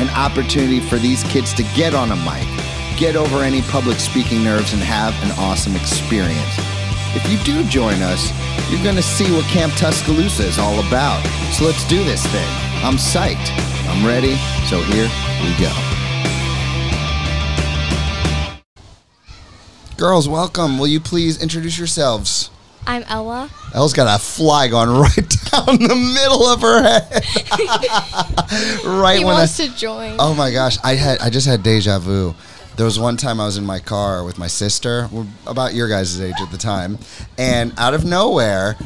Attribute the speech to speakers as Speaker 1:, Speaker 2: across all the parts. Speaker 1: An opportunity for these kids to get on a mic, get over any public speaking nerves, and have an awesome experience. If you do join us, you're going to see what Camp Tuscaloosa is all about. So let's do this thing. I'm psyched. I'm ready. So here we go. Girls, welcome. Will you please introduce yourselves?
Speaker 2: I'm Ella.
Speaker 1: Elle's got a fly going right down the middle of her head. right
Speaker 2: he
Speaker 1: when I,
Speaker 2: wants to join.
Speaker 1: Oh my gosh, I had I just had deja vu. There was one time I was in my car with my sister, we're about your guys' age at the time, and out of nowhere,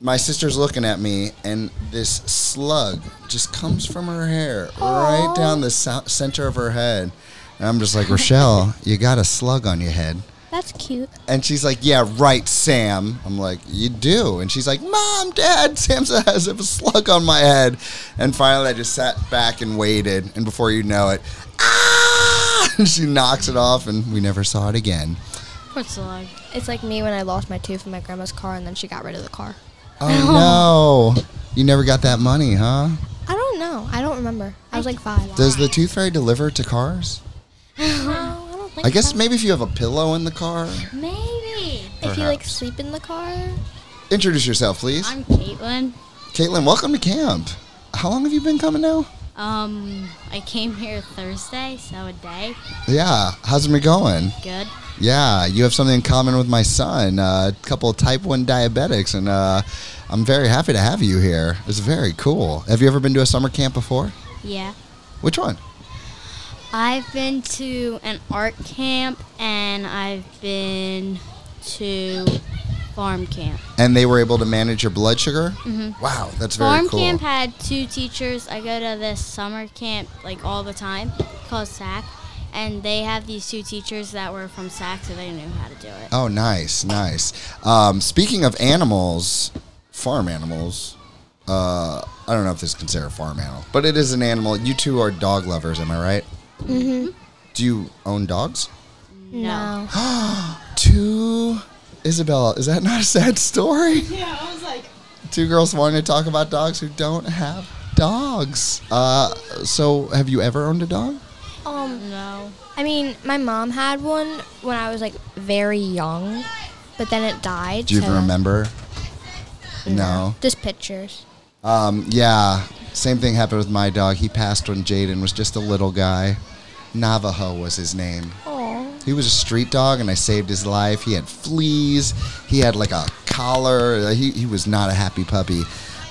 Speaker 1: my sister's looking at me, and this slug just comes from her hair right
Speaker 2: Aw.
Speaker 1: down the so- center of her head. And I'm just like, Rochelle, you got a slug on your head.
Speaker 2: That's cute.
Speaker 1: And she's like, "Yeah, right, Sam." I'm like, "You do." And she's like, "Mom, Dad, Sam has a slug on my head." And finally, I just sat back and waited. And before you know it, ah! she knocks it off, and we never saw it again.
Speaker 3: What's the line?
Speaker 2: It's like me when I lost my tooth in my grandma's car and then she got rid of the car.
Speaker 1: Oh no! You never got that money, huh?
Speaker 2: I don't know. I don't remember. I was like five.
Speaker 1: Does the tooth fairy deliver to cars?
Speaker 3: No, I don't think
Speaker 1: I guess
Speaker 3: so.
Speaker 1: maybe if you have a pillow in the car.
Speaker 3: maybe.
Speaker 2: If you like
Speaker 1: perhaps.
Speaker 2: sleep in the car,
Speaker 1: Introduce yourself, please.
Speaker 3: I'm Caitlin.
Speaker 1: Caitlin, welcome to camp. How long have you been coming now?
Speaker 3: Um, I came here Thursday, so a day.
Speaker 1: Yeah, how's it been going?
Speaker 3: Good.
Speaker 1: Yeah, you have something in common with my son. uh, A couple of type one diabetics, and uh, I'm very happy to have you here. It's very cool. Have you ever been to a summer camp before?
Speaker 3: Yeah.
Speaker 1: Which one?
Speaker 3: I've been to an art camp and I've been to farm camp.
Speaker 1: And they were able to manage your blood sugar.
Speaker 3: Mhm.
Speaker 1: Wow, that's very
Speaker 3: Farm
Speaker 1: cool.
Speaker 3: camp had two teachers. I go to this summer camp like all the time called SAC, and they have these two teachers that were from SAC, so they knew how to do it.
Speaker 1: oh, nice, nice. Um, speaking of animals, farm animals. Uh, I don't know if this is considered a farm animal, but it is an animal. You two are dog lovers, am I right? Mm-hmm. Do you own dogs?
Speaker 2: no.
Speaker 1: Two, Isabella, is that not a sad story?
Speaker 4: Yeah, I was like,
Speaker 1: two girls wanting to talk about dogs who don't have dogs. Uh, so, have you ever owned a dog?
Speaker 2: Um,
Speaker 1: Uh,
Speaker 3: No.
Speaker 2: I mean, my mom had one when I was like very young, but then it died.
Speaker 1: Do you
Speaker 2: so-
Speaker 1: even remember? No.
Speaker 2: Just pictures.
Speaker 1: Um, yeah, same thing happened with my dog. He passed when Jaden was just a little guy. Navajo was his name.
Speaker 2: Oh.
Speaker 1: He was a street dog, and I saved his life. He had fleas. He had like a collar. He, he was not a happy puppy.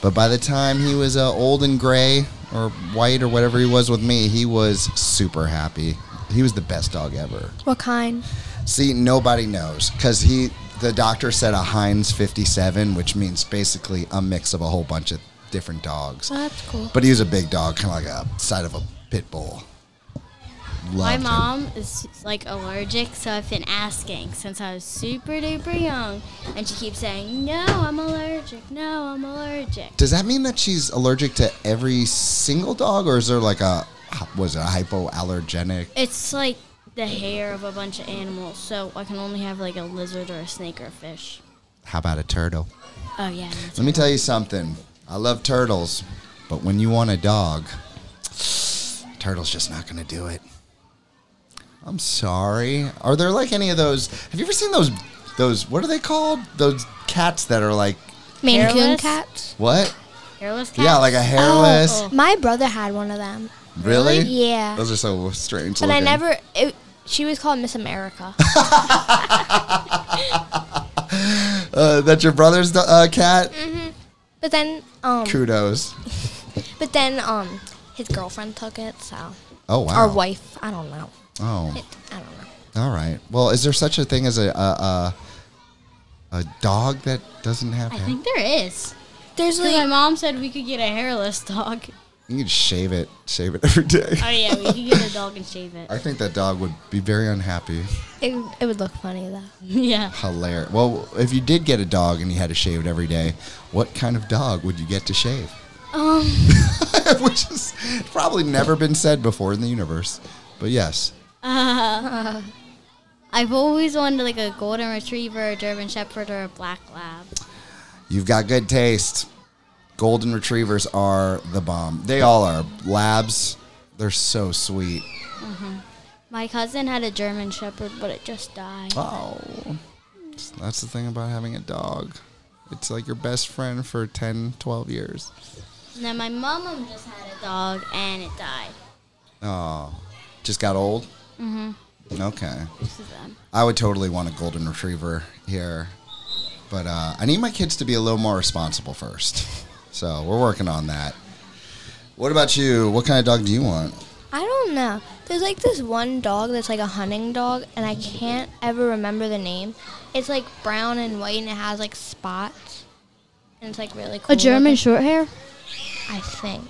Speaker 1: But by the time he was uh, old and gray or white or whatever he was with me, he was super happy. He was the best dog ever.
Speaker 2: What kind?
Speaker 1: See, nobody knows because he, the doctor said a Heinz 57, which means basically a mix of a whole bunch of different dogs.
Speaker 2: Oh, that's cool.
Speaker 1: But he was a big dog, kind of like a side of a pit bull. Loved
Speaker 3: My
Speaker 1: him.
Speaker 3: mom is like allergic, so I've been asking since I was super duper young, and she keeps saying, "No, I'm allergic. No, I'm allergic."
Speaker 1: Does that mean that she's allergic to every single dog, or is there like a was it a hypoallergenic?
Speaker 3: It's like the hair of a bunch of animals, so I can only have like a lizard or a snake or a fish.
Speaker 1: How about a turtle?
Speaker 3: Oh yeah.
Speaker 1: Let me tell you something. I love turtles, but when you want a dog, turtle's just not going to do it. I'm sorry. Are there like any of those? Have you ever seen those? Those what are they called? Those cats that are like
Speaker 2: Maine Coon
Speaker 3: Hairless?
Speaker 2: cats.
Speaker 1: what?
Speaker 3: Hairless cats.
Speaker 1: Yeah, like a hairless.
Speaker 2: Oh, my brother had one of them,
Speaker 1: Really?
Speaker 2: Yeah.
Speaker 1: Those are so strange.
Speaker 2: but I
Speaker 1: looking.
Speaker 2: never. It, she was called Miss America.
Speaker 1: Uh, that's your brother's do- uh, cat.
Speaker 2: Mm-hmm. but then, um,
Speaker 1: Kudos.
Speaker 2: But then, um, his girlfriend took it, so
Speaker 1: Oh wow.
Speaker 2: our wife. I don't know.
Speaker 1: Oh.
Speaker 2: It, I don't know.
Speaker 1: All right. Well, is there such a thing as a a, a, a dog that doesn't have
Speaker 3: I
Speaker 1: hair?
Speaker 3: think there is.
Speaker 2: There's
Speaker 3: 'Cause my
Speaker 2: like
Speaker 3: mom said we could get a hairless dog.
Speaker 1: You could shave it, shave it every day.
Speaker 3: Oh yeah, we could get a dog and shave it.
Speaker 1: I think that dog would be very unhappy.
Speaker 2: It, it would look funny though.
Speaker 3: yeah.
Speaker 1: Hilarious. Well, if you did get a dog and you had to shave it every day, what kind of dog would you get to shave?
Speaker 3: Um.
Speaker 1: Which has probably never been said before in the universe. But yes,
Speaker 3: I've always wanted like a golden retriever, a German shepherd, or a black lab.
Speaker 1: you've got good taste. Golden retrievers are the bomb. They all are. Labs, they're so sweet.
Speaker 3: My cousin had a German shepherd, but it just died.
Speaker 1: Oh, that's the thing about having a dog. It's like your best friend for 10, 12 years.
Speaker 3: And then my mom just had a dog, and it died.
Speaker 1: Oh, just got old? Mm-hmm. Okay.
Speaker 3: This is them.
Speaker 1: I would totally want a golden retriever here, but uh, I need my kids to be a little more responsible first. So we're working on that. What about you? What kind of dog do you want?
Speaker 2: I don't know. There's like this one dog that's like a hunting dog, and I can't ever remember the name. It's like brown and white, and it has like spots, and it's like really cool.
Speaker 3: A German
Speaker 2: looking,
Speaker 3: short hair.
Speaker 2: I think.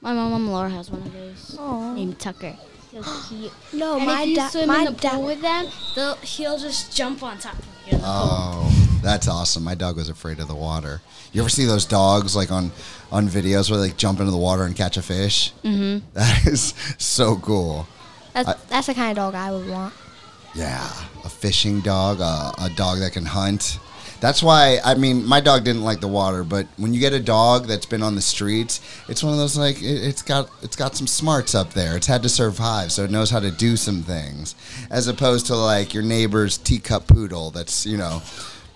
Speaker 3: My mom, Laura, has one of those
Speaker 2: Oh
Speaker 3: named Tucker. He's cute.
Speaker 2: no,
Speaker 3: and
Speaker 2: my
Speaker 3: if you
Speaker 2: dad.
Speaker 3: swim
Speaker 2: My
Speaker 3: in the pool
Speaker 2: dad.
Speaker 3: with them, they'll, he'll just jump on top of you.
Speaker 1: Oh, that's awesome. My dog was afraid of the water. You ever see those dogs like on on videos where they like, jump into the water and catch a fish? Mm-hmm. is so cool.
Speaker 2: That's that's the kind of dog I would want.
Speaker 1: Yeah, a fishing dog, a, a dog that can hunt. That's why, I mean, my dog didn't like the water, but when you get a dog that's been on the streets, it's one of those like it, it's got it's got some smarts up there. It's had to survive, so it knows how to do some things, as opposed to like your neighbor's teacup poodle that's you know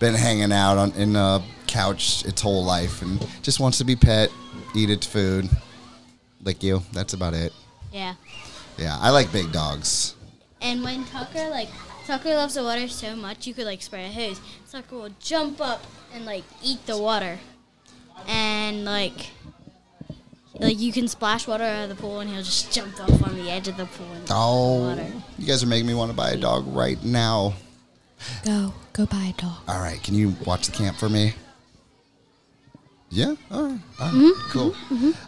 Speaker 1: been hanging out on in a couch its whole life and just wants to be pet, eat its food, lick you. That's about it.
Speaker 3: Yeah.
Speaker 1: Yeah, I like big dogs.
Speaker 3: And when Tucker like Tucker loves the water so much, you could like spread a hose. Tucker will jump up and like eat the water, and like like you can splash water out of the pool, and he'll just jump up on the edge of the pool. And
Speaker 1: Oh,
Speaker 3: Water.
Speaker 1: you guys are making me want to buy a dog right now.
Speaker 2: Go go buy a dog.
Speaker 1: All right, can you watch the camp for me? Yeah, all right, all right.
Speaker 3: Mm-hmm.
Speaker 1: cool.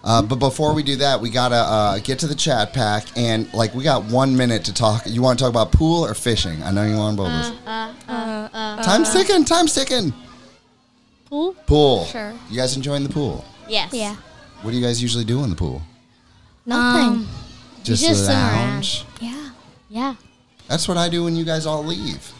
Speaker 1: Uh, but before we do that, we gotta uh, get to the chat pack, and like we got one minute to talk. You want to talk about pool or fishing? I know you want both.
Speaker 3: Uh,
Speaker 1: time's ticking. Time's ticking.
Speaker 3: Pool?
Speaker 1: Pool.
Speaker 2: Sure.
Speaker 1: You guys enjoying the pool?
Speaker 3: Yes.
Speaker 2: Yeah.
Speaker 1: What do you guys usually do in the pool?
Speaker 2: Nothing.
Speaker 3: Um, just sit around.
Speaker 2: yeah.
Speaker 3: Yeah.
Speaker 1: That's what I do when you guys all leave.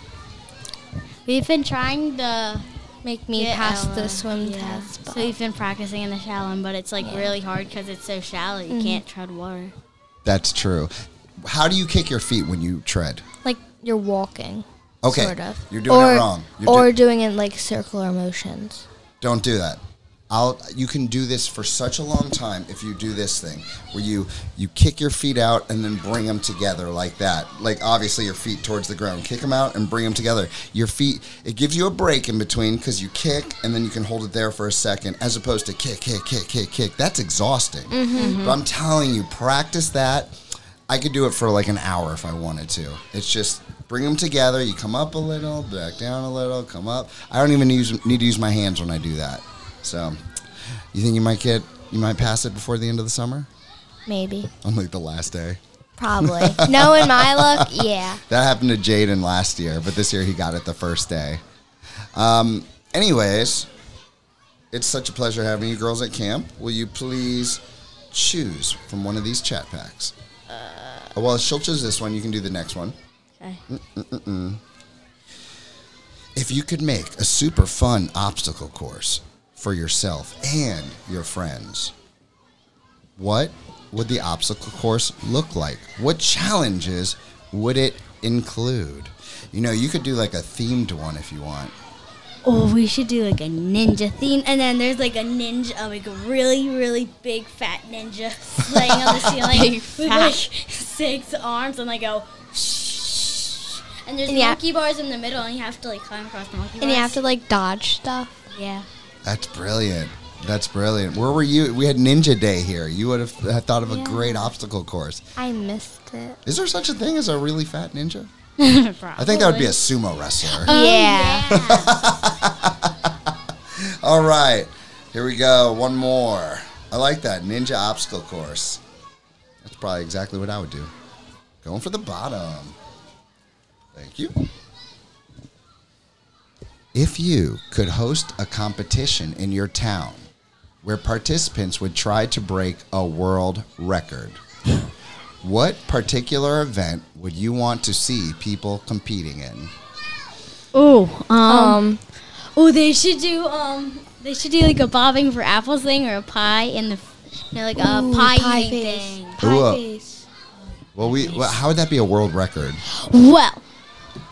Speaker 3: We've been trying the
Speaker 2: Make me
Speaker 3: Yeah,
Speaker 2: pass
Speaker 3: Ella.
Speaker 2: the swim
Speaker 3: Yeah.
Speaker 2: test. but-
Speaker 3: So we've been practicing in the shallow, but it's like really hard because it's so shallow.
Speaker 2: Mm-hmm.
Speaker 3: You can't tread water.
Speaker 1: That's true. How do you kick your feet when you tread?
Speaker 2: like you're walking.
Speaker 1: Okay,
Speaker 2: Sort of.
Speaker 1: you're doing
Speaker 2: or,
Speaker 1: it wrong. You're
Speaker 2: or
Speaker 1: do-
Speaker 2: doing it like circular motions.
Speaker 1: Don't do that. I'll. You can do this for such a long time if you do this thing where you you kick your feet out and then bring them together like that. Like obviously your feet towards the ground. Kick them out and bring them together. Your feet. It gives you a break in between because you kick and then you can hold it there for a second as opposed to kick, kick, kick, kick, kick. That's exhausting. But I'm telling you, practice that. I could do it for like an hour if I wanted to. It's just bring them together. You come up a little, back down a little, come up. I don't even use, need to use my hands when I do that. So, you think you might get, you might pass it before the end of the summer?
Speaker 2: Maybe.
Speaker 1: On like the last day.
Speaker 2: Probably. Knowing my luck, yeah.
Speaker 1: That happened to Jaden last year, but this year he got it the first day. Um, anyways, it's such a pleasure having you girls at camp. Will you please choose from one of these chat packs? Uh, well, she'll choose this one. You can do the next one.
Speaker 3: Okay.
Speaker 1: If you could make a super fun obstacle course for yourself and your friends, what would the obstacle course look like? What challenges would it include? You know, you could do like a themed one if you want.
Speaker 3: Oh, we should do like a ninja theme, and then there's like a ninja, like a really, really big fat ninja laying on the ceiling with like six arms, and I go. Shh. And there's
Speaker 2: And yeah.
Speaker 3: monkey bars in the middle, and you have to like climb across the monkey bars.
Speaker 2: And you have to like dodge stuff.
Speaker 3: yeah.
Speaker 1: That's brilliant. That's brilliant. Where were you? We had Ninja Day here. You would have th- thought of a great obstacle course.
Speaker 2: I missed it.
Speaker 1: Is there such a thing as a really fat ninja? I
Speaker 3: Probably.
Speaker 1: think that would be a sumo wrestler.
Speaker 2: Oh, yeah.
Speaker 1: All right, here we go. One more. I like that ninja obstacle course. That's probably exactly what I would do. Going for the bottom. Thank you. If you could host a competition in your town where participants would try to break a world record, what particular event would you want to see people competing in?
Speaker 3: Oh,
Speaker 2: Um,
Speaker 3: Oh, they should do um, they should do like a bobbing for apples thing or a pie in the, f- no, like a
Speaker 2: ooh,
Speaker 3: pie, eating
Speaker 2: face.
Speaker 3: thing.
Speaker 2: Pie
Speaker 1: Ooh, uh,
Speaker 2: face.
Speaker 1: Well, we well, how would that be a world record?
Speaker 3: Well,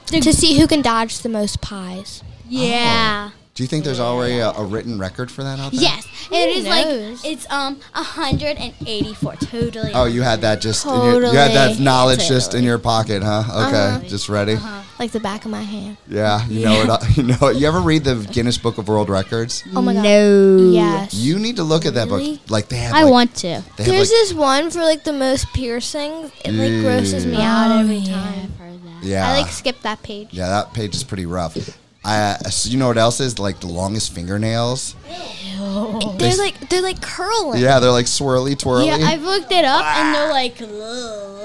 Speaker 3: the-
Speaker 2: To see who can dodge the most pies. Oh.
Speaker 3: yeah,
Speaker 1: Do you think there's already a, a written record for that out there?
Speaker 3: yes, it is
Speaker 2: knows?
Speaker 3: like it's um, hundred and eighty-four totally.
Speaker 1: Oh, you had that just in your, you had that
Speaker 2: Totally.
Speaker 1: knowledge just in your pocket, huh? Okay,
Speaker 3: Uh-huh.
Speaker 1: just ready.
Speaker 2: Like the back of my hand.
Speaker 1: Yeah, you know it. You know it. You ever read the Guinness Book of World Records?
Speaker 2: Oh my god.
Speaker 3: No.
Speaker 2: Yes.
Speaker 1: You need to look at that
Speaker 2: Really?
Speaker 1: book. Like they have.
Speaker 3: I
Speaker 1: like-
Speaker 3: want to.
Speaker 1: They have
Speaker 2: There's
Speaker 1: like,
Speaker 2: this one for like the most piercings. It
Speaker 1: Yeah.
Speaker 2: like grosses me
Speaker 3: Oh,
Speaker 2: out every time.
Speaker 1: yeah,
Speaker 2: I like skip that page.
Speaker 1: yeah. That page is pretty rough. I, uh, so you know what else is like the longest fingernails?
Speaker 2: They're like they're like curling.
Speaker 1: Yeah, they're like swirly twirly.
Speaker 3: Yeah, I've looked it up and they're like, "Ugh."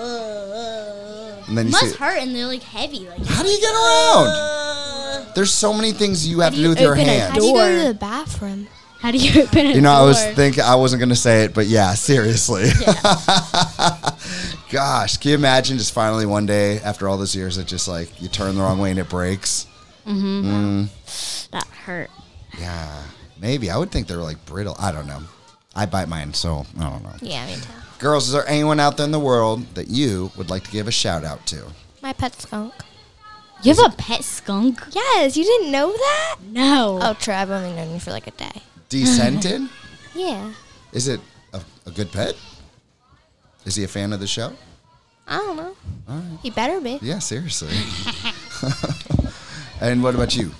Speaker 1: And then you
Speaker 3: must
Speaker 1: see-
Speaker 3: hurt and they're like heavy. Like,
Speaker 1: How do you get around?
Speaker 3: "Ugh."
Speaker 1: There's so many things you have to
Speaker 3: do
Speaker 1: do
Speaker 3: you
Speaker 1: with your
Speaker 3: open a
Speaker 1: hands.
Speaker 2: How do you go
Speaker 3: Door.
Speaker 2: to the bathroom?
Speaker 3: how do you open it?
Speaker 1: You know, I was thinking I wasn't gonna say it, but yeah, seriously. Gosh, can you imagine just finally one day after all those years that just like you turn the wrong way and it breaks?
Speaker 3: that hurt.
Speaker 1: Yeah, maybe. I would think they were like brittle. I don't know. I bite mine, so I don't know.
Speaker 2: Yeah, me too.
Speaker 1: Girls, is there anyone out there in the world that you would like to give a shout out to?
Speaker 2: My pet skunk.
Speaker 3: You have a pet skunk?
Speaker 2: Yes, you didn't know that?
Speaker 3: No.
Speaker 2: Oh, true. I've only known you for like a day.
Speaker 1: Descented?
Speaker 2: Yeah.
Speaker 1: Is it a, a good pet? Is he a fan of the show?
Speaker 2: I don't know.
Speaker 1: All right.
Speaker 2: He better be.
Speaker 1: Yeah, seriously. and what about you?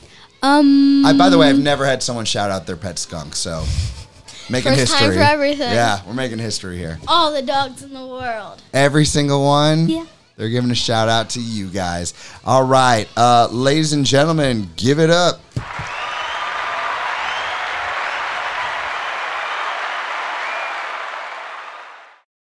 Speaker 3: Um,
Speaker 1: I, by the way, I've never had someone shout out their pet skunk, so making
Speaker 2: First time
Speaker 1: history.
Speaker 2: for everything.
Speaker 1: Yeah, we're making history here.
Speaker 3: all the dogs in the world.
Speaker 1: Every single one.
Speaker 3: Yeah.
Speaker 1: They're giving a shout out to you guys. All right, uh, ladies and gentlemen, give it up